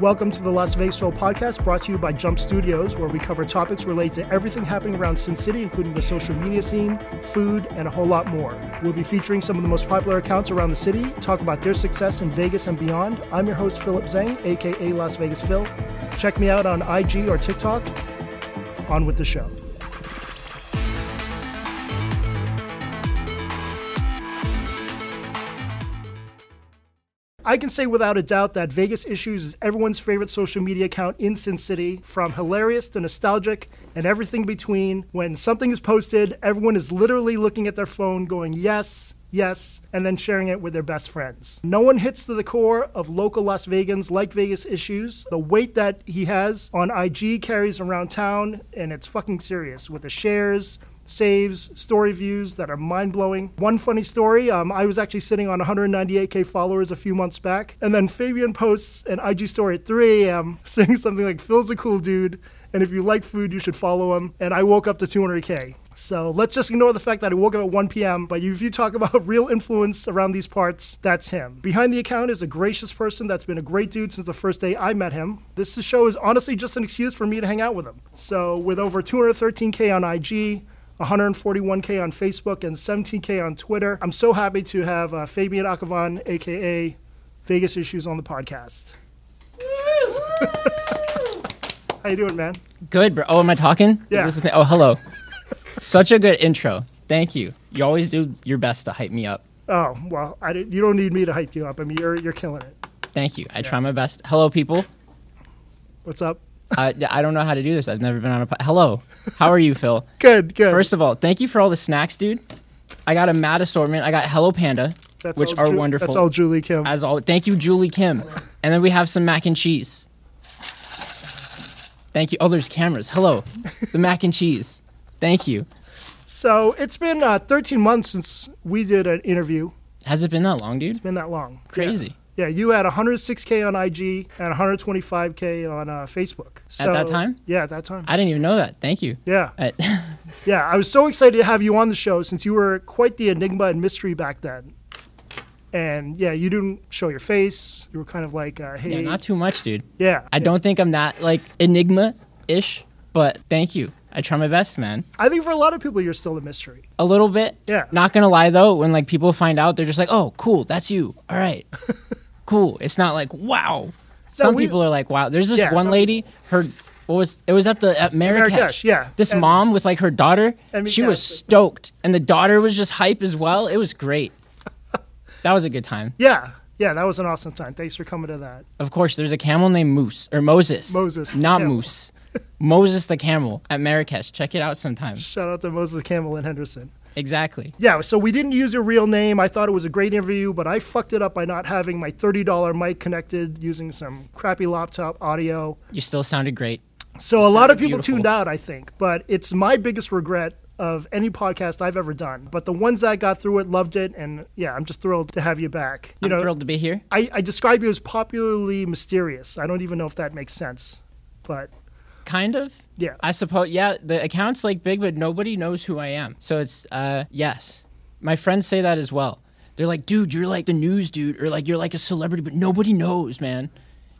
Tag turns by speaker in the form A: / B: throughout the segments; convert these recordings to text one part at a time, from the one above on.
A: Welcome to the Las Vegasville podcast brought to you by Jump Studios, where we cover topics related to everything happening around Sin City, including the social media scene, food, and a whole lot more. We'll be featuring some of the most popular accounts around the city, talk about their success in Vegas and beyond. I'm your host, Philip Zhang, aka Las Vegas Phil. Check me out on IG or TikTok. On with the show. I can say without a doubt that Vegas Issues is everyone's favorite social media account in Sin City, from hilarious to nostalgic and everything between. When something is posted, everyone is literally looking at their phone going, yes, yes, and then sharing it with their best friends. No one hits to the core of local Las Vegans like Vegas Issues. The weight that he has on IG carries around town, and it's fucking serious with the shares, saves, story views that are mind blowing. One funny story um, I was actually sitting on 198K followers a few months back, and then Fabian posts an IG story at 3 a.m. saying something like, Phil's a cool dude, and if you like food, you should follow him. And I woke up to 200K. So let's just ignore the fact that I woke up at 1 p.m. But if you talk about real influence around these parts, that's him. Behind the account is a gracious person that's been a great dude since the first day I met him. This show is honestly just an excuse for me to hang out with him. So with over 213K on IG, 141K on Facebook and 17K on Twitter. I'm so happy to have uh, Fabian Akavan, aka Vegas Issues, on the podcast. How you doing, man?
B: Good, bro. Oh, am I talking?
A: Yeah.
B: Is this the thing? Oh, hello. Such a good intro. Thank you. You always do your best to hype me up.
A: Oh well, I didn't- you don't need me to hype you up. I mean, you're you're killing it.
B: Thank you. I try my best. Hello, people.
A: What's up?
B: Uh, yeah, I don't know how to do this. I've never been on a. Po- hello. How are you, Phil?
A: Good, good.
B: First of all, thank you for all the snacks, dude. I got a mad assortment. I got Hello Panda,
A: That's
B: which
A: all
B: are
A: Ju-
B: wonderful.
A: That's all Julie Kim.
B: As always, thank you, Julie Kim. And then we have some mac and cheese. Thank you. Oh, there's cameras. Hello. The mac and cheese. Thank you.
A: so it's been uh, 13 months since we did an interview.
B: Has it been that long, dude?
A: Been that long?
B: Crazy.
A: Yeah, you had 106k on IG and 125k on uh, Facebook. So,
B: that time?
A: Yeah, at that time.
B: I didn't even know that. Thank you. Uh,
A: yeah.
B: I-
A: Yeah, I was so excited to have you on the show since you were quite the enigma and mystery back then. And yeah, you didn't show your face. You were kind of like, uh, hey,
B: yeah, not too much, dude.
A: yeah.
B: I don't think I'm that like enigma ish, but thank you. I try my best, man.
A: I think for a lot of people, you're still a mystery.
B: A little bit.
A: Yeah.
B: Not gonna lie though, when like people find out, they're just like, "Oh, cool, that's you. All right, cool." It's not like, "Wow." Some
A: we-
B: people are like, "Wow." There's this
A: Yeah,
B: one
A: some-
B: lady. Her what was it was at the at Marrakesh.
A: Marrakesh, yeah.
B: This
A: And-
B: mom with like her daughter.
A: And
B: she was
A: Mikasa.
B: stoked, and the daughter was just hype as well. It was great. that was a good time.
A: Yeah, yeah, that was an awesome time. Thanks for coming to that.
B: Of course, there's a camel named Moose or Moses.
A: Moses,
B: not
A: camel.
B: Moose. Moses the camel at Marrakesh. Check it out sometime.
A: Shout out to Moses Campbell and Henderson.
B: Exactly.
A: Yeah, so we didn't use your real name. I thought it was a great interview, but I fucked it up by not having my $30 mic connected using some crappy laptop audio.
B: You still sounded great.
A: So a lot of people
B: beautiful.
A: tuned out, I think, but it's my biggest regret of any podcast I've ever done. But the ones that got through it loved it, and yeah, I'm just thrilled to have you back. You
B: I'm
A: know,
B: thrilled to be here.
A: I, I describe you as popularly mysterious. I don't even know if that makes sense, but
B: Kind of.
A: yeah,
B: I suppose. Yeah, the account's like big, but nobody knows who I am. So it's uh, yes. My friends say that as well. They're like, dude, you're like the news dude, or like you're like a celebrity, but nobody knows, man.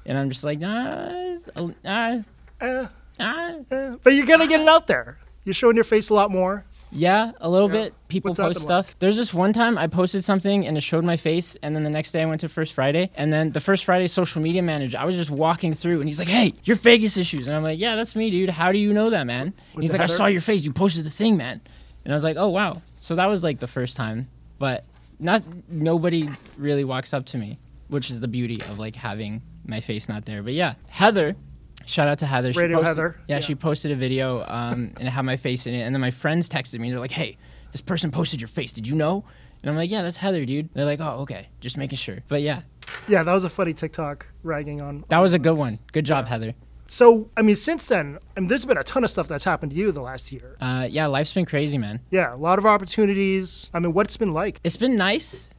B: And I'm just like, nah, uh, uh,
A: Eh,
B: uh.
A: eh, but you're gonna get it out there. You're showing your face a lot more.
B: Yeah, a little
A: Yeah.
B: bit. People
A: What's that
B: post
A: been
B: stuff. There's this one time I posted something and it showed my face, and then the next day I went to First Friday, and then the First Friday social media manager, I was just walking through, and he's like, "Hey, your Vegas issues," and I'm like, "Yeah, that's me, dude. How do you know that, man?" And
A: Was
B: he's
A: it
B: like, "I
A: Heather?
B: saw your face. You posted the thing, man," and I was like, "Oh wow." So that was like the first time, but not nobody really walks up to me, which is the beauty of like having my face not there. But yeah, Heather. Shout out to Heather. She
A: Radio
B: posted-
A: Heather.
B: Yeah,
A: Yeah.
B: she posted a video um, and it had my face in it. And then my friends texted me and they're like, hey, this person posted your face. Did you know? And I'm like, yeah, that's Heather, dude. They're like, oh, okay. Just making sure. But yeah,
A: Yeah, that was a funny TikTok ragging on.
B: that was a good one. Good job, Heather.
A: So I mean, since then, I mean, there's been a ton of stuff that's happened to you the last year.
B: Uh, yeah, life's been crazy, man.
A: Yeah, a lot of opportunities. I mean, what's it been like?
B: It's been nice.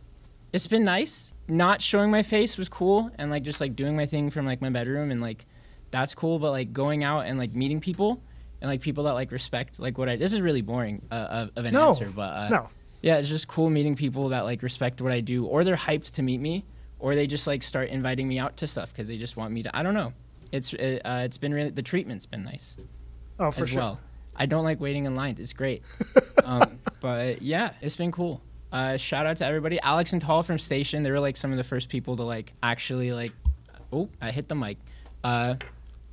B: It's been nice. Not showing my face was cool and like just like doing my thing from like my bedroom and like that's cool, but like going out and like meeting people and like people that like respect like what I this is really boring uh, of, of an
A: No,
B: answer, but uh,
A: no.
B: Yeah, it's just cool meeting people that like respect what I do or they're hyped to meet me or they just like start inviting me out to stuff because they just want me to. I don't know. It's uh, uh, it's been really the treatment's been nice
A: Oh, for
B: as
A: sure.
B: well. I don't like waiting in lines. It's great. um, but yeah, it's been cool. Uh, shout out to everybody. Alex and Paul from Station. They were like some of the first people to like actually like. Oh, I hit the mic. Uh,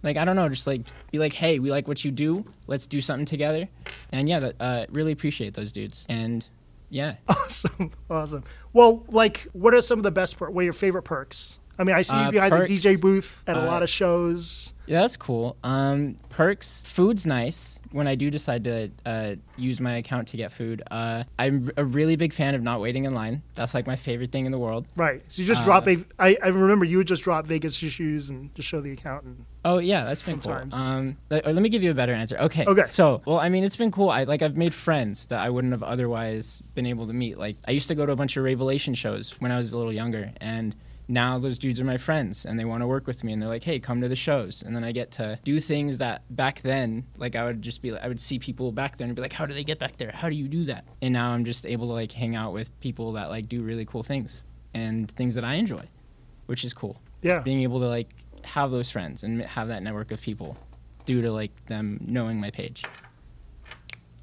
B: like I don't know, just like be like, hey, we like what you do. Let's do something together. And yeah, that, uh, really appreciate those dudes. And yeah,
A: Awesome, awesome. Well, like, what are some of the best per- what are your favorite perks? I mean, I see you
B: Uh,
A: behind
B: perks,
A: the DJ booth at a
B: uh,
A: lot of shows.
B: Yeah, that's cool. Um, perks, food's nice. When I do decide to uh, use my account to get food, uh, I'm a really big fan of not waiting in line. That's like my favorite thing in the world.
A: Right. So you just
B: uh,
A: drop a. I, I remember you would just drop Vegas issues and just show the account. And
B: Oh yeah, that's been
A: Sometimes.
B: cool. Um, le- or let me give you a better answer. Okay.
A: Okay.
B: So, well, I mean, it's been cool. I like I've made friends that I wouldn't have otherwise been able to meet. Like I used to go to a bunch of Revelation shows when I was a little younger, and now those dudes are my friends, and they want to work with me, and they're like, "Hey, come to the shows," and then I get to do things that back then, like I would just be, like, I would see people back there and be like, "How do they get back there? How do you do that?" And now I'm just able to like hang out with people that like do really cool things and things that I enjoy, which is cool
A: yeah,
B: being able to like have those friends and have that network of people due to like them knowing my page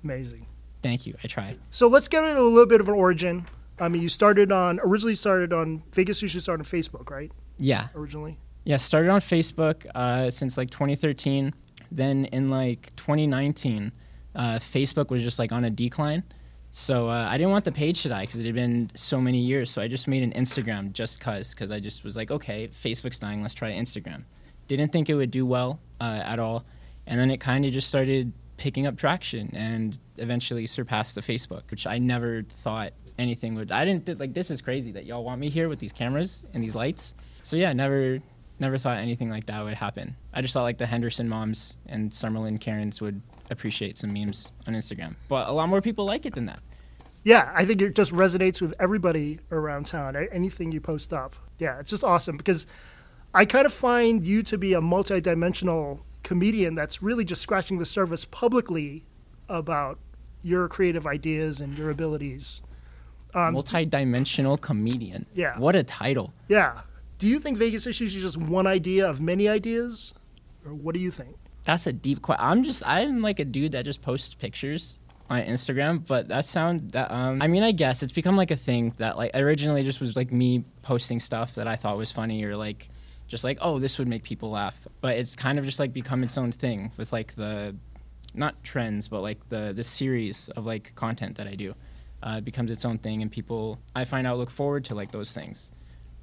A: amazing.
B: thank you i try
A: So let's get into a little bit of an origin. I mean, you started on originally started on Vegas issues started on Facebook, right?
B: yeah
A: Originally.
B: yeah started on facebook uh, since like 2013 then in like 2019 uh, facebook was just like on a decline so uh, i didn't want the page to die because it had been so many years so i just made an instagram just cuz because i just was like okay facebook's dying let's try instagram didn't think it would do well uh, at all and then it kind of just started picking up traction and eventually surpassed the Facebook, which I never thought anything would. I didn't th- like this is crazy that y'all want me here with these cameras and these lights. So yeah, never never thought anything like that would happen. I just thought like the Henderson moms and Summerlin Karens would appreciate some memes on Instagram. But a lot more people like it than that.
A: Yeah, I think it just resonates with everybody around town. a- Anything you post up, yeah, it's just awesome because I kind of find you to be a multi-dimensional comedian that's really just scratching the surface publicly about your creative ideas and your abilities.
B: Multi-dimensional comedian.
A: Yeah.
B: What a title.
A: Yeah. Do you think Vegas issues is just one idea of many ideas, or what do you think?
B: That's a deep question. I'm just I'm like a dude that just posts pictures on Instagram, but that sound that um I mean I guess it's become like a thing that like originally just was like me posting stuff that I thought was funny or like just like oh this would make people laugh, but it's kind of just like become its own thing with like the not trends but like the the series of like content that I do uh, it becomes its own thing and people I find out look forward to like those things,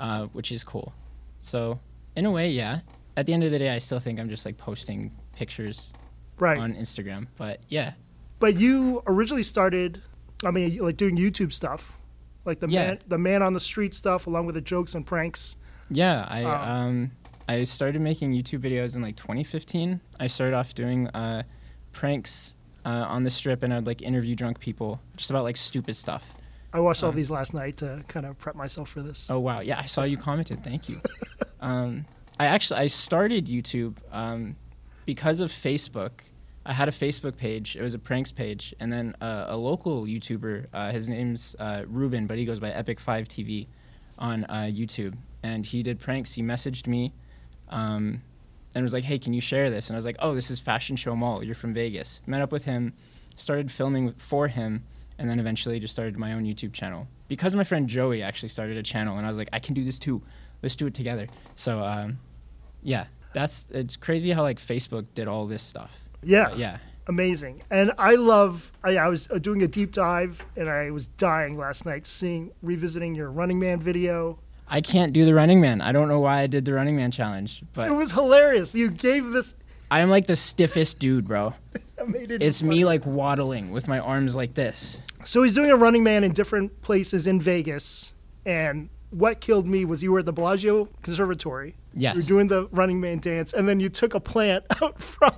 B: uh, which is cool. So in a way, yeah. At the end of the day, I still think I'm just like posting pictures
A: Right.
B: on Instagram. But yeah,
A: But you originally started, I mean, like doing YouTube stuff, like the
B: Yeah.
A: man, the man on the street stuff, along with the jokes and pranks.
B: yeah. I
A: Oh.
B: um I started making YouTube videos in like 2015. I started off doing uh, pranks uh, on the strip, and I'd like interview drunk people just about like stupid stuff.
A: I watched all these last night to kind of prep myself for this.
B: Uh-huh. Oh wow! Yeah, I saw you commented. Thank you. um, I actually I started YouTube um, because of Facebook. I had a Facebook page. It was a pranks page, and then uh, a local YouTuber. Uh, his name's uh, Ruben, but he goes by Epic Five TV on uh, YouTube, and he did pranks. He messaged me. Um, and was like, "Hey, can you share this?" And I was like, "Oh, this is Fashion Show Mall. You're from Vegas." Met up with him, started filming for him, and then eventually just started my own YouTube channel because my friend Joey actually started a channel, and I was like, "I can do this too. Let's do it together." So, um, yeah, that's it's crazy how like Facebook did all this stuff.
A: Yeah,
B: But yeah,
A: amazing. And I love. I, I was uh, doing a deep dive, and I was dying last night seeing revisiting your Running Man video.
B: I can't do the Running Man. I don't know why I did the Running Man challenge,
A: It
B: but
A: was hilarious. You gave this.
B: I am like the stiffest dude, bro.
A: I made it
B: It's me like waddling with my arms like this.
A: So he's doing a Running Man in different places in Vegas, and what killed me was you were at the Bellagio Conservatory.
B: Yes.
A: You're doing the Running Man dance, and then you took a plant out from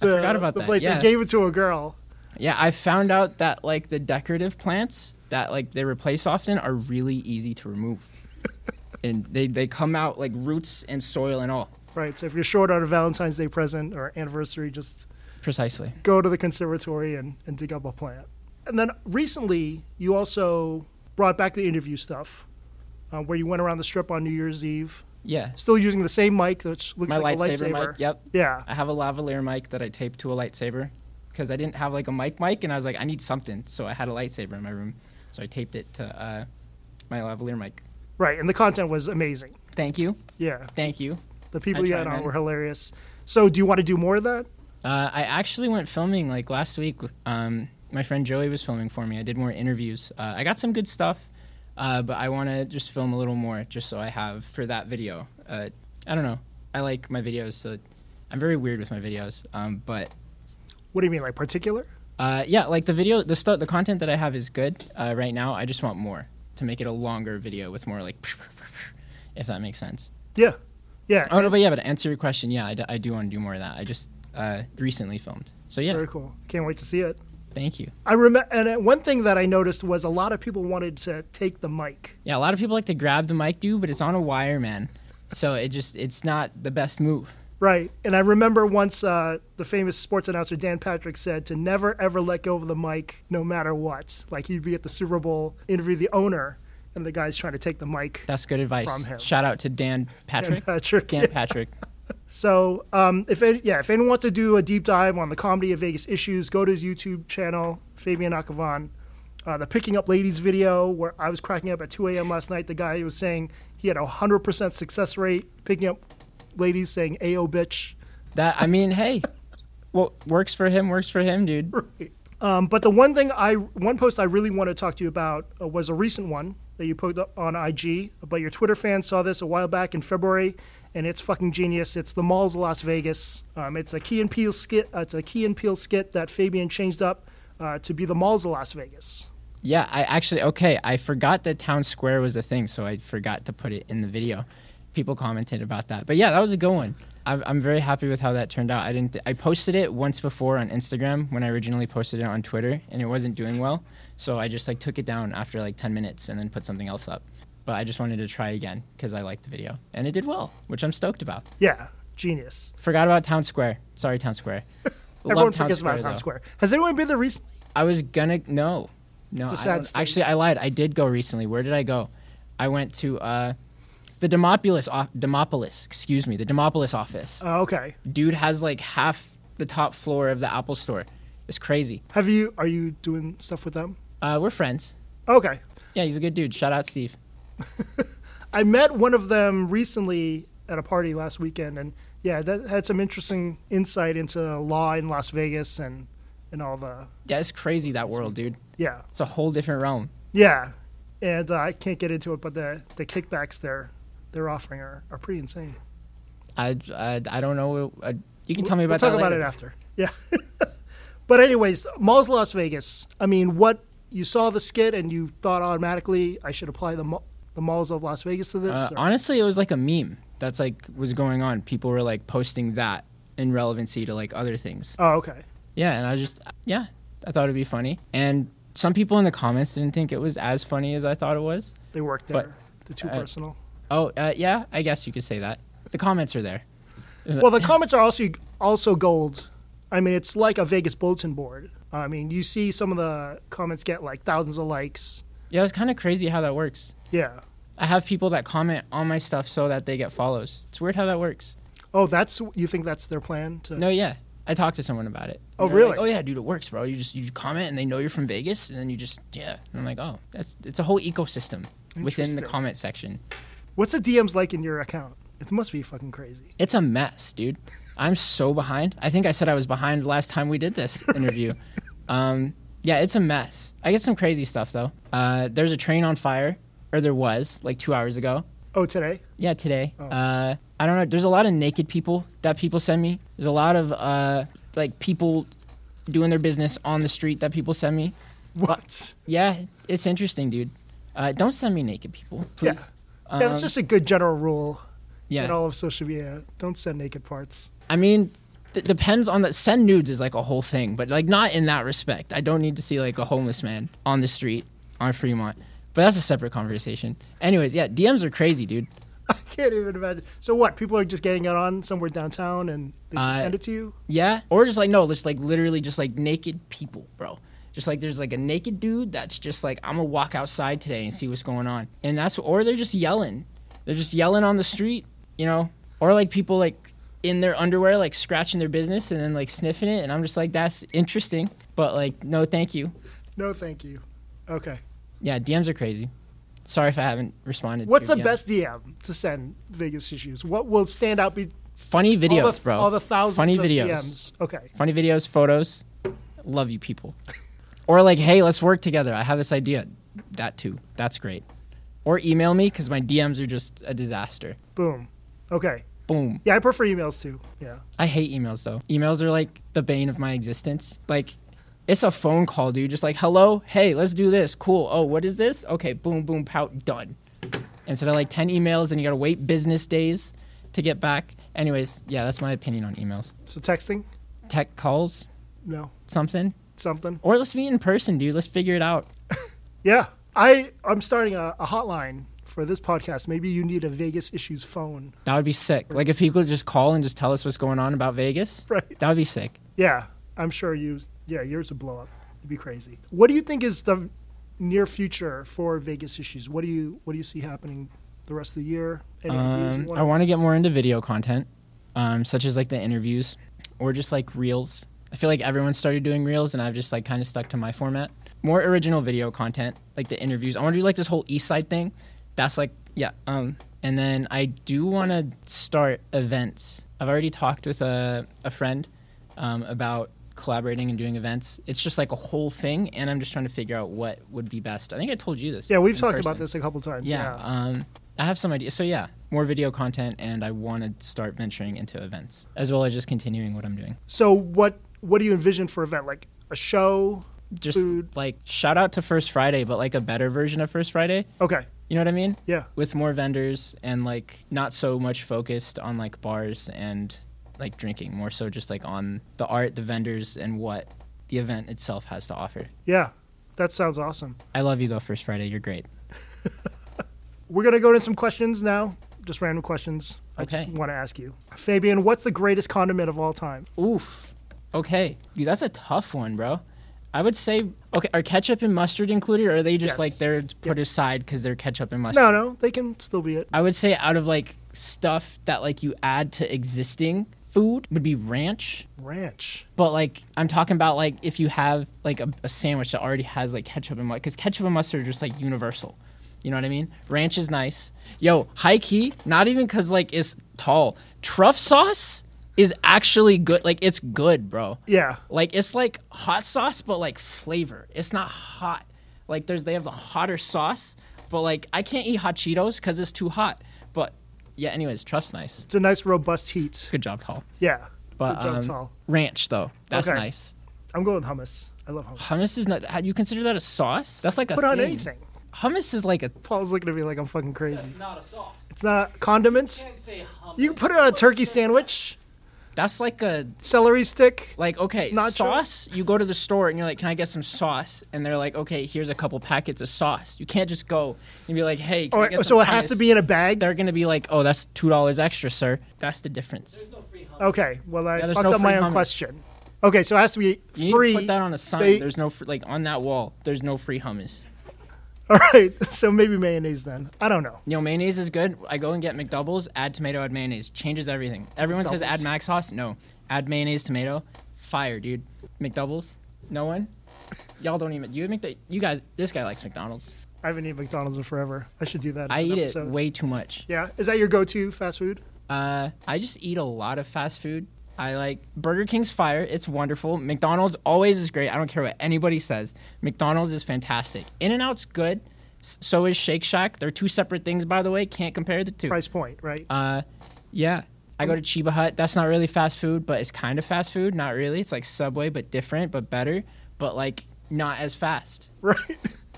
A: the,
B: forgot about
A: the
B: that,
A: place
B: yeah.
A: and gave it to a girl.
B: Yeah, I found out that like the decorative plants that like they replace often are really easy to remove. and they, they come out like roots and soil and all.
A: Right. So if you're short on a Valentine's Day present or anniversary, just
B: Precisely.
A: go to the conservatory and, and dig up a plant. And then recently, you also brought back the interview stuff uh, where you went around the strip on New Year's Eve,
B: Yeah.
A: still using the same mic, which looks
B: My
A: like a
B: lightsaber,
A: lightsaber.
B: mic. Yep.
A: Yeah,
B: I have a lavalier mic that I taped to a lightsaber because I didn't have like a mic mic and I was like, I need something. So I had a lightsaber in my room. So I taped it to uh, my lavalier mic.
A: right. And the content was amazing.
B: Thank you.
A: Yeah,
B: Thank you.
A: the people
B: I
A: you
B: try,
A: had on
B: man.
A: were hilarious. So, do you want to do more of that?
B: Uh, I actually went filming like last week. Um, my friend Joey was filming for me. I did more interviews. Uh, I got some good stuff, uh, but I want to just film a little more just so I have for that video. Uh, I don't know. I like my videos. To, I'm very weird with my videos, um, but
A: What do you mean, like particular?
B: Uh, yeah, like the video, the stuff, the content that I have is good uh, right now. I just want more to make it a longer video with more like, if that makes sense.
A: Yeah, yeah.
B: Oh no, but yeah, but to answer your question, yeah, I, d- I do want to do more of that. I just uh, recently filmed, so yeah,
A: Very cool. Can't wait to see it.
B: thank you.
A: I remember, and uh, one thing that I noticed was a lot of people wanted to take the mic.
B: Yeah, a lot of people like to grab the mic, dude, but it's on a wire, man. So it just it's not the best move.
A: Right. And I remember once uh, the famous sports announcer Dan Patrick said to never ever let go of the mic no matter what. Like he'd be at the Super Bowl, interview the owner, and the guy's trying to take the mic.
B: That's good advice.
A: From him.
B: Shout out to Dan Patrick.
A: Patrick.
B: Dan Patrick.
A: So, um, if any, yeah, if anyone wants to do a deep dive on the comedy of Vegas issues, go to his YouTube channel, Fabian Akavan. Uh, the picking up ladies video where I was cracking up at 2 a.m. last night. The guy was saying he had a hundred percent success rate picking up ladies saying "ayo bitch."
B: That I mean, hey, what works for him works for him, dude.
A: Um, but the one thing I, one post I really want to talk to you about uh, was a recent one that you put up on IG. But your Twitter fans saw this a while back in February, and it's fucking genius. It's the Malls of Las Vegas. Um, it's a Key and Peele skit. Uh, it's a Key and Peele skit that Fabian changed up uh, to be the Malls of Las Vegas.
B: Yeah, I actually okay. I forgot that town square was a thing, so I forgot to put it in the video. People commented about that, but yeah, that was a good one. I've, I'm very happy with how that turned out. I didn't. I posted it once before on Instagram when I originally posted it on Twitter, and it wasn't doing well. So I just like took it down after like 10 minutes and then put something else up. But I just wanted to try again because I liked the video and it did well, which I'm stoked about.
A: Yeah, genius.
B: Forgot about town square. Sorry, town square. Love
A: Everyone forgets about
B: though.
A: Town Square. Has anyone been there recently?
B: I was gonna no, no.
A: It's a
B: I
A: sad
B: don't-
A: state.
B: actually, I lied. I did go recently. Where did I go? I went to uh, the Demopolis. Off, Demopolis, excuse me, the Demopolis office.
A: Uh, okay.
B: Dude has like half the top floor of the Apple Store. It's crazy.
A: Have you? Are you doing stuff with them?
B: Uh, we're friends.
A: Okay.
B: Yeah, he's a good dude. Shout out Steve.
A: I met one of them recently at a party last weekend, and yeah, that had some interesting insight into law in Las Vegas and and all the
B: Yeah, it's crazy that world, dude.
A: yeah
B: It's a whole different realm.
A: yeah. And uh, I can't get into it, but the the kickbacks they're they're offering are, are pretty insane.
B: I I, I don't know. Uh, you can tell me
A: we'll
B: about
A: talk
B: that
A: about
B: later.
A: it after. Yeah. but anyways, Malls of Las Vegas. I mean, what you saw the skit and you thought automatically I should apply the ma- the malls of Las Vegas to this.
B: Uh,
A: or-
B: honestly, it was like a meme. That's like was going on. People were like posting that in relevancy to like other things.
A: oh, okay.
B: Yeah, and I just yeah, I thought it'd be funny. And some people in the comments didn't think it was as funny as I thought it was.
A: They worked
B: But,
A: there. The too
B: uh,
A: personal.
B: Oh, uh, yeah, I guess you could say that. The comments are there.
A: Well, the comments are also also gold. I mean, it's like a Vegas bulletin board. I mean, you see some of the comments get like thousands of likes.
B: Yeah, it's kind of crazy how that works.
A: Yeah.
B: I have people that comment on my stuff so that they get follows. It's weird how that works.
A: Oh, that's you think that's their plan to
B: No, yeah. I talked to someone about it.
A: Oh,
B: And they're like,
A: really?
B: oh yeah, dude, it works, bro. You just you comment and they know you're from Vegas and then you just yeah. And I'm like, "Oh, that's it's a whole ecosystem within the
A: Interesting.
B: comment section.
A: What's the DMs like in your account? It must be fucking crazy.
B: It's a mess, dude. I'm so behind. I think I said I was behind last time we did this interview. um, yeah, it's a mess. I get some crazy stuff though. Uh, there's a train on fire, or there was like two hours ago.
A: Oh, today?
B: Yeah, today. Uh, I don't know. There's a lot of naked people that people send me. There's a lot of uh, like people doing their business on the street that people send me.
A: What?
B: Yeah, it's interesting, dude. Uh, don't send me naked people,
A: Yeah.
B: please. Um,
A: yeah, that's just a good general rule
B: Yeah.
A: in all of social media. Don't send naked parts.
B: I mean, d- depends on that. Send nudes is like a whole thing, but like not in that respect. I don't need to see like a homeless man on the street on Fremont, but that's a separate conversation. Anyways, yeah, DMs are crazy, dude.
A: I can't even imagine. So what? People are just getting it on somewhere downtown and they just
B: Uh,
A: send it to you?
B: Yeah, or just like no, just like literally just like naked people, bro. Just like there's like a naked dude that's just like I'm gonna walk outside today and see what's going on, and that's or they're just yelling, they're just yelling on the street, you know, or like people like in their underwear like scratching their business and then like sniffing it, and I'm just like that's interesting, but like no thank you,
A: No, thank you. Okay.
B: yeah DMs are crazy. Sorry if I haven't responded. to
A: What's the
B: your DMs.
A: best DM to send Vegas issues? What will stand out? Be
B: funny videos,
A: all the,
B: bro?
A: All the thousands
B: funny
A: of
B: videos.
A: DMs. Okay.
B: funny videos, photos. Love you people. Or like, hey, let's work together. I have this idea. That too. That's great. Or email me because my DMs are just a disaster.
A: Boom. Okay.
B: Boom.
A: Yeah, I prefer emails too. Yeah.
B: I hate emails though. Emails are like the bane of my existence. Like, it's a phone call, dude. Just like, hello, hey, let's do this. Cool. Oh, what is this? Okay, boom, boom, pout, done. Instead of like 10 emails and you gotta wait business days to get back. Anyways, yeah, that's my opinion on emails.
A: So texting?
B: Tech calls,
A: No.
B: something.
A: Something.
B: Or let's meet in person, dude. Let's figure it out.
A: Yeah. I I'm starting a, a hotline for this podcast. Maybe you need a Vegas issues phone.
B: That would be sick. Like if people just call and just tell us what's going on about Vegas.
A: Right.
B: That would be sick.
A: Yeah. I'm sure you. Yeah, yours would blow up. It'd be crazy. What do you think is the near future for Vegas issues? What do you What do you see happening the rest of the year? Any ideas?
B: Um,
A: you wanna-
B: I want to get more into video content, um, such as like the interviews or just like reels. I feel like everyone started doing reels, and I've just like kind of stuck to my format. More original video content, like the interviews. I want to do like this whole East Side thing. That's like yeah. Um, and then I do want to start events. I've already talked with a a friend um, about collaborating and doing events. It's just like a whole thing, and I'm just trying to figure out what would be best. I think I told you this.
A: yeah, we've
B: in
A: talked
B: person.
A: about this a couple times.
B: Yeah. Um, I have some ideas. So yeah, more video content, and I want to start venturing into events as well as just continuing what I'm doing.
A: So what What do you envision for event? Like a show?
B: Just
A: Food.
B: like shout out to First Friday, but like a better version of First Friday.
A: Okay.
B: You know what I mean?
A: Yeah.
B: With more vendors and like not so much focused on like bars and like drinking, more so just like on the art, the vendors, and what the event itself has to offer.
A: Yeah. That sounds awesome.
B: I love you though, First Friday. You're great.
A: We're gonna go to some questions now. Just random questions. I just
B: Okay.
A: want to ask you, Fabian. What's the greatest condiment of all time?
B: Oof. Okay. Dude, that's a tough one, bro. I would say, okay, are ketchup and mustard included, or are they just
A: Yes.
B: like they're put aside because they're ketchup and mustard?
A: No, no, they can still be it.
B: I would say out of like stuff that like you add to existing food would be ranch,
A: Ranch.
B: but like I'm talking about like if you have like a, a sandwich that already has like ketchup and mustard, because ketchup and mustard are just like universal. You know what I mean? Ranch is nice. Yo, high key, not even because like it's tall. Truff sauce is actually good. Like it's good, bro.
A: Yeah.
B: Like it's like hot sauce, but like flavor. It's not hot. Like there's they have the hotter sauce, but like I can't eat hot Cheetos because it's too hot. But yeah, anyways, truff's nice.
A: It's a nice robust heat.
B: Good job, Tall.
A: Yeah.
B: But
A: Good job,
B: um,
A: Tal.
B: ranch though, that's
A: Okay.
B: nice.
A: I'm going with hummus. I love hummus.
B: Hummus is not. how- You consider that a sauce? That's like a
A: Put on
B: thing.
A: anything.
B: Hummus is like a.
A: Paul's looking at me like I'm fucking crazy.
B: Not a sauce.
A: It's not condiments.
B: say hummus.
A: You can put it on a turkey sandwich,
B: That's like a
A: celery stick.
B: like okay
A: Nacho?
B: sauce. You go to the store and you're like, "Can I get some sauce?" And they're like, "Okay, here's a couple packets of sauce." You can't just go and be like, "Hey, can I
A: Or,
B: get
A: so
B: some
A: it has to
B: hummus?"
A: be in a bag.
B: they're gonna be like, "Oh, that's two dollars extra, sir." That's the difference.
A: Okay. Well, I
B: Yeah, there's
A: fucked
B: no
A: up my
B: free
A: own
B: hummus.
A: question. Okay, so it has to be
B: You need
A: free.
B: to put that on a sign.
A: They-
B: there's no fr- like on that wall. There's no free hummus.
A: All right. So maybe mayonnaise then. I don't know.
B: You know, mayonnaise is good. I go and get McDoubles. Add tomato, add mayonnaise. Changes everything. Everyone says add
A: McDoubles.
B: mac sauce. No, add mayonnaise, tomato. Fire, dude. McDoubles. No one. Y'all don't even. You McD- You guys. This guy likes McDonald's.
A: I haven't eaten McDonald's in forever. I should do that.
B: I
A: as an
B: eat it
A: episode.
B: way too much.
A: Yeah. Is that your go-to fast food?
B: Uh, I just eat a lot of fast food. I like Burger King's fire. It's wonderful. McDonald's always is great. I don't care what anybody says. McDonald's is fantastic. In and Out's good. S- So is Shake Shack. They're two separate things, by the way. Can't compare the two.
A: Price point, right?
B: Uh, yeah. I go to Chiba Hut. That's not really fast food, but it's kind of fast food. Not really. It's like Subway, but different, but better, but like not as fast.
A: right.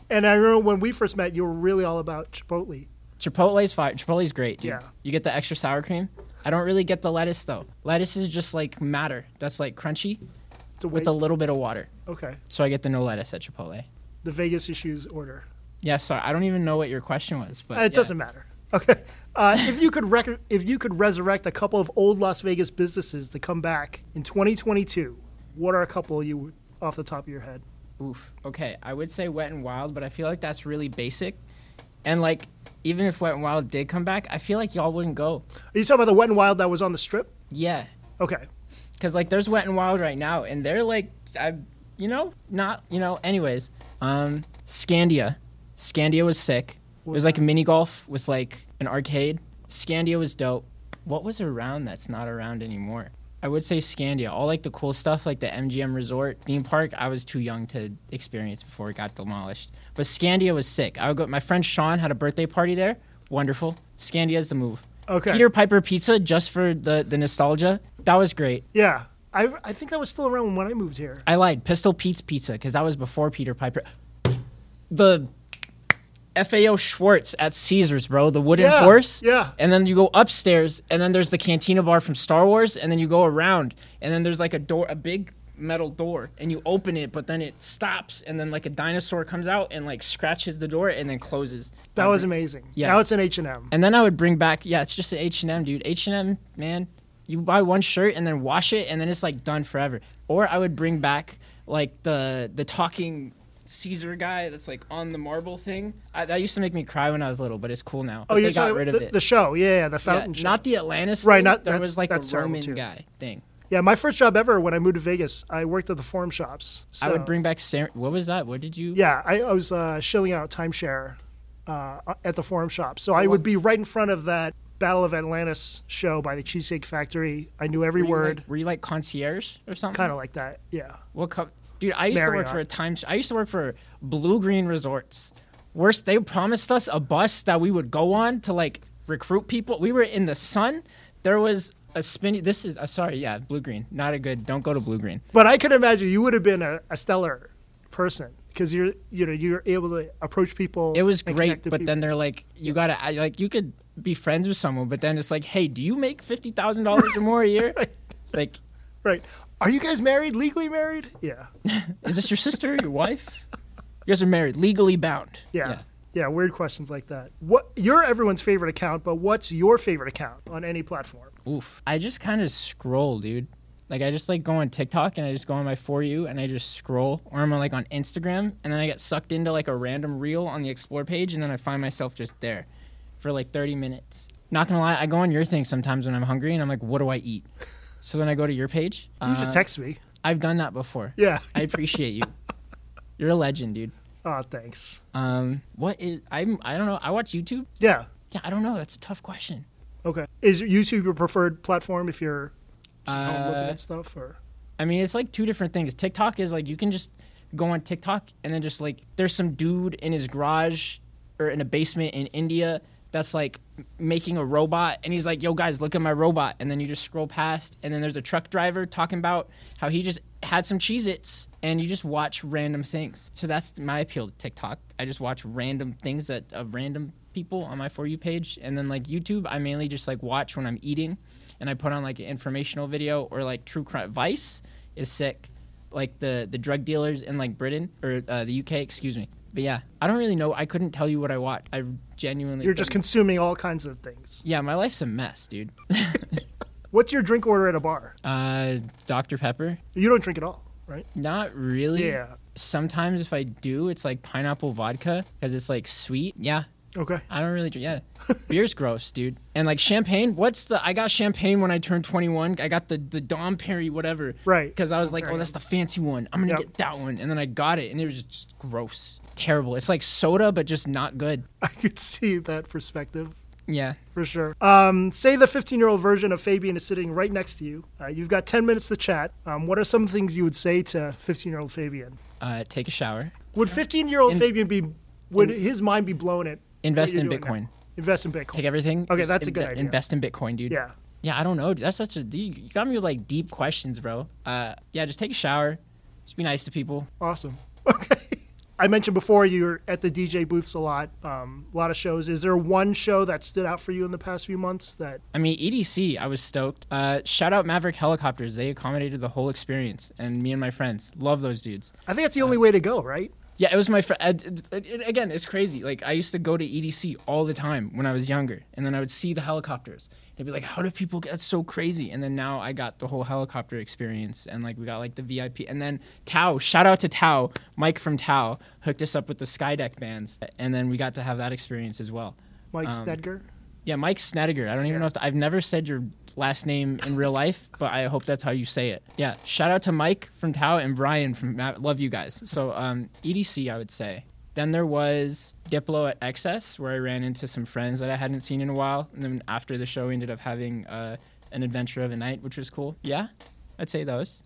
A: And I remember when we first met, you were really all about Chipotle.
B: Chipotle's fire. Chipotle's great. Dude.
A: Yeah.
B: You get the extra sour cream. I don't really get the lettuce though. Lettuce is just like matter. That's like crunchy
A: It's a waste.
B: with a little bit of water.
A: okay.
B: So I get the no lettuce at Chipotle.
A: The Vegas issues order.
B: Yeah, sorry. I don't even know what your question was, but
A: Uh, it
B: yeah.
A: doesn't matter. Okay. Uh, if you could rec- if you could resurrect a couple of old Las Vegas businesses to come back in 2022, what are a couple you would- off the top of your head?
B: Oof. Okay, I would say Wet and Wild, but I feel like that's really basic. And like, even if Wet and Wild did come back, I feel like y'all wouldn't go.
A: Are you talking about the Wet and Wild that was on the strip?
B: Yeah,
A: Okay.
B: because like there's Wet and Wild right now, and they're like, I, you know, not, you know. Anyways, um, Scandia, Scandia was sick. it was like a mini golf with like an arcade. Scandia was dope. What was around that's not around anymore? I would say Scandia. All like the cool stuff, like the MGM Resort theme park. I was too young to experience before it got demolished. But Scandia was sick. I would go. My friend Sean had a birthday party there. Wonderful. Scandia is the move.
A: Okay.
B: Peter Piper Pizza just for the the nostalgia. That was great.
A: Yeah. I, I think that was still around when I moved here.
B: I lied. Pistol Pete's Pizza, because that was before Peter Piper. The FAO Schwartz at Caesars, bro. The wooden
A: Yeah,
B: horse.
A: yeah.
B: And then you go upstairs, and then there's the cantina bar from Star Wars, and then you go around, and then there's like a door, a big metal door, and you open it, but then it stops, and then like a dinosaur comes out and like scratches the door and then closes.
A: That was amazing.
B: Yeah.
A: Now it's an H&M.
B: And then I would bring back, yeah, it's just an H and M, dude. H and M, man, you buy one shirt and then wash it, and then it's like done forever. Or I would bring back like the the talking Caesar guy that's like on the marble thing. I, that used to make me cry when I was little, but it's cool now. But
A: Oh,
B: they
A: you
B: got rid of
A: the,
B: it.
A: the show. Yeah, yeah, the
B: Yeah,
A: fountain show.
B: not the Atlantis.
A: Right,
B: thing.
A: not-
B: there
A: that's-
B: was like
A: that's
B: a
A: terrible,
B: Roman
A: too.
B: guy thing.
A: yeah, my first job ever when I moved to Vegas, I worked at the Forum Shops.
B: I
A: So-
B: would bring back Sam. What was that? What did you?
A: Yeah, I, I was uh, shilling out timeshare uh, at the Forum Shop. So I would be right in front of that Battle of Atlantis show by the Cheesecake Factory. I knew every
B: Were you,
A: word,
B: Like, were you like concierge or something?
A: kind of like that. Yeah.
B: What co- Dude, I used
A: Marriott.
B: to work for a time. I used to work for Blue Green Resorts. Worst, they promised us a bus that we would go on to like recruit people. We were in the sun. There was a spinny. This is uh, sorry, yeah, Blue Green, not a good. Don't go to Blue Green.
A: But I could imagine you would have been a, a stellar person because you're you know you're able to approach people.
B: It was
A: and
B: great,
A: connect to
B: but
A: people.
B: then they're like, you gotta I, like you could be friends with someone, but then it's like, hey, do you make fifty thousand dollars or more a year? Like,
A: right? Are you guys married? Legally married? Yeah. Yeah.
B: is this your sister, your wife? You guys are married, legally bound.
A: Yeah. weird questions like that. What you're everyone's favorite account, but what's your favorite account on any platform?
B: Oof. I just kind of scroll, dude. Like I just like go on TikTok and I just go on my for you and I just scroll, or I'm like on Instagram and then I get sucked into like a random reel on the explore page and then I find myself just there for like 30 minutes. Not gonna lie, I go on your thing sometimes when I'm hungry and I'm like, what do I eat? So then I go to your page.
A: You
B: Uh,
A: just text me.
B: I've done that before.
A: Yeah.
B: I appreciate you. You're a legend, dude.
A: Oh, thanks.
B: Um, what is I'm I don't know. I watch YouTube.
A: Yeah.
B: Yeah, I don't know. That's a tough question.
A: Okay. Is YouTube your preferred platform if you're out looking
B: Uh,
A: at stuff or
B: I mean, it's like two different things. TikTok is like you can just go on TikTok and then just like there's some dude in his garage or in a basement in India that's like m- making a robot and he's like, "Yo guys, look at my robot." And then you just scroll past and then there's a truck driver talking about how he just had some Cheez-Its and you just watch random things. So that's my appeal to TikTok. I just watch random things that of random people on my for you page and then like YouTube, I mainly just like watch when I'm eating and I put on like an informational video or like True Crime Vice is sick, like the the drug dealers in like Britain or uh, the UK, excuse me. But yeah, I don't really know. I couldn't tell you what I watch. I genuinely
A: you're just
B: couldn't.
A: consuming all kinds of things?
B: yeah, my life's a mess, dude.
A: What's your drink order at a bar?
B: uh, Dr Pepper,
A: You don't drink at all, right?
B: not really.
A: Yeah.
B: Sometimes if I do, it's like pineapple vodka because it's like sweet. Yeah,
A: Okay.
B: I don't really drink. Yeah, beer's gross, dude. And like champagne. What's the? I got champagne when I turned 21. I got the the Dom Perry whatever.
A: Right.
B: Because I was like, oh,
A: Okay.
B: that's the fancy one. I'm gonna
A: Yep.
B: get that one. And then I got it, and it was just gross, terrible. It's like soda, but just not good.
A: I could see that perspective.
B: Yeah.
A: for sure. Um, say the 15 year old version of Fabian is sitting right next to you. Uh, you've got 10 minutes to chat. Um, what are some things you would say to 15 year old Fabian?
B: Uh, take a shower.
A: Would 15 year old Fabian be, would his mind be blown at? what
B: Invest
A: you're
B: in
A: doing now?
B: Bitcoin.
A: Invest in Bitcoin.
B: Take everything.
A: Okay,
B: just
A: that's a good idea.
B: Invest in Bitcoin, dude.
A: yeah.
B: Yeah, I don't know. dude. That's such a you you got me with like deep questions, bro. Uh, yeah, just take a shower. Just be nice to people.
A: Awesome. Okay. I mentioned before you're at the DJ booths a lot, um, a lot of shows. Is there one show that stood out for you in the past few months that
B: I mean, EDC, I was stoked. Uh, shout out Maverick Helicopters. They accommodated the whole experience, and me and my friends love those dudes. Uh,
A: I think that's the only way to go, right?
B: Yeah, it was my uh, friend. Again, it's crazy. Like I used to go to EDC all the time when I was younger, and then I would see the helicopters. And I'd be like, "How do people get that's so crazy?" And then now I got the whole helicopter experience, and like we got like the VIP, and then Tau. Shout out to Tau, Mike from Tau hooked us up with the Skydeck bands, and then we got to have that experience as well.
A: Mike
B: um,
A: Snedger.
B: Yeah, Mike Snediger. I don't even know if I've never said your last name in real life, but I hope that's how you say it. Yeah. Shout out to Mike from Tao and Brian from Ma- Love you guys. So um, EDC, I would say. Then there was Diplo at Excess, where I ran into some friends that I hadn't seen in a while. And then after the show, we ended up having uh, an adventure of a night, which was cool. Yeah, I'd say those.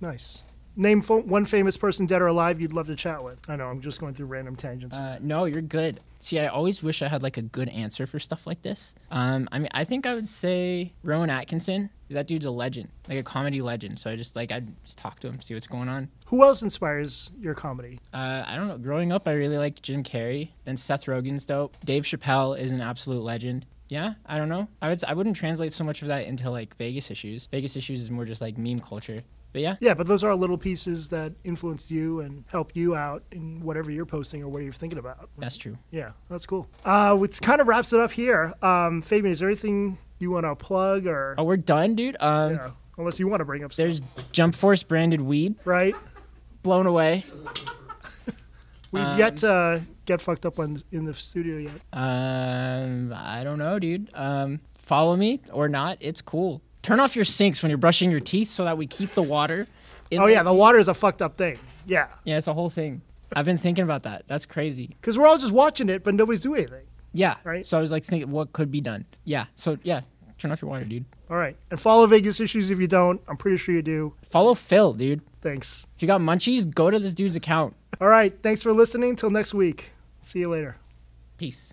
A: Nice. Name fo- one famous person, dead or alive, you'd love to chat with. I know I'm just going through random tangents.
B: Uh, no, you're good. See, I always wish I had like a good answer for stuff like this. Um, I mean, I think I would say Rowan Atkinson. That dude's a legend, like a comedy legend. So I just like I'd just talk to him, see what's going on.
A: Who else inspires your comedy?
B: Uh, I don't know. Growing up, I really liked Jim Carrey. Then Seth Rogen's dope. Dave Chappelle is an absolute legend. Yeah, I don't know. I would s- I wouldn't translate so much of that into like Vegas issues. Vegas issues is more just like meme culture. But yeah,
A: Yeah, but those are little pieces that influence you and help you out in whatever you're posting or whatever you're thinking about.
B: that's true.
A: Yeah, that's cool. Uh, which kind of wraps it up here. Um, Fabian, is there anything you want to plug or
B: Oh, we're done, dude. Um,
A: you know, unless you want to bring up stuff,
B: there's Jump Force branded weed.
A: right?
B: Blown away.
A: We've yet to get fucked up on in the studio yet.
B: Oh, Um, I don't know, dude. Um, follow me or not? It's cool. Turn off your sinks when you're brushing your teeth so that we keep the water. In
A: Oh yeah, the water is a fucked up thing. Yeah,
B: yeah, it's a whole thing. I've been thinking about that. That's crazy.
A: because we're all just watching it, but nobody's doing anything.
B: Yeah.
A: Right.
B: So I was like thinking, what could be done? Yeah. So yeah, turn off your water, dude.
A: All right, and follow Vegas issues if you don't. I'm pretty sure you do.
B: Follow Phil, dude.
A: Thanks.
B: If you got munchies, go to this dude's account.
A: All right, thanks for listening. Till next week. See you later.
B: Peace.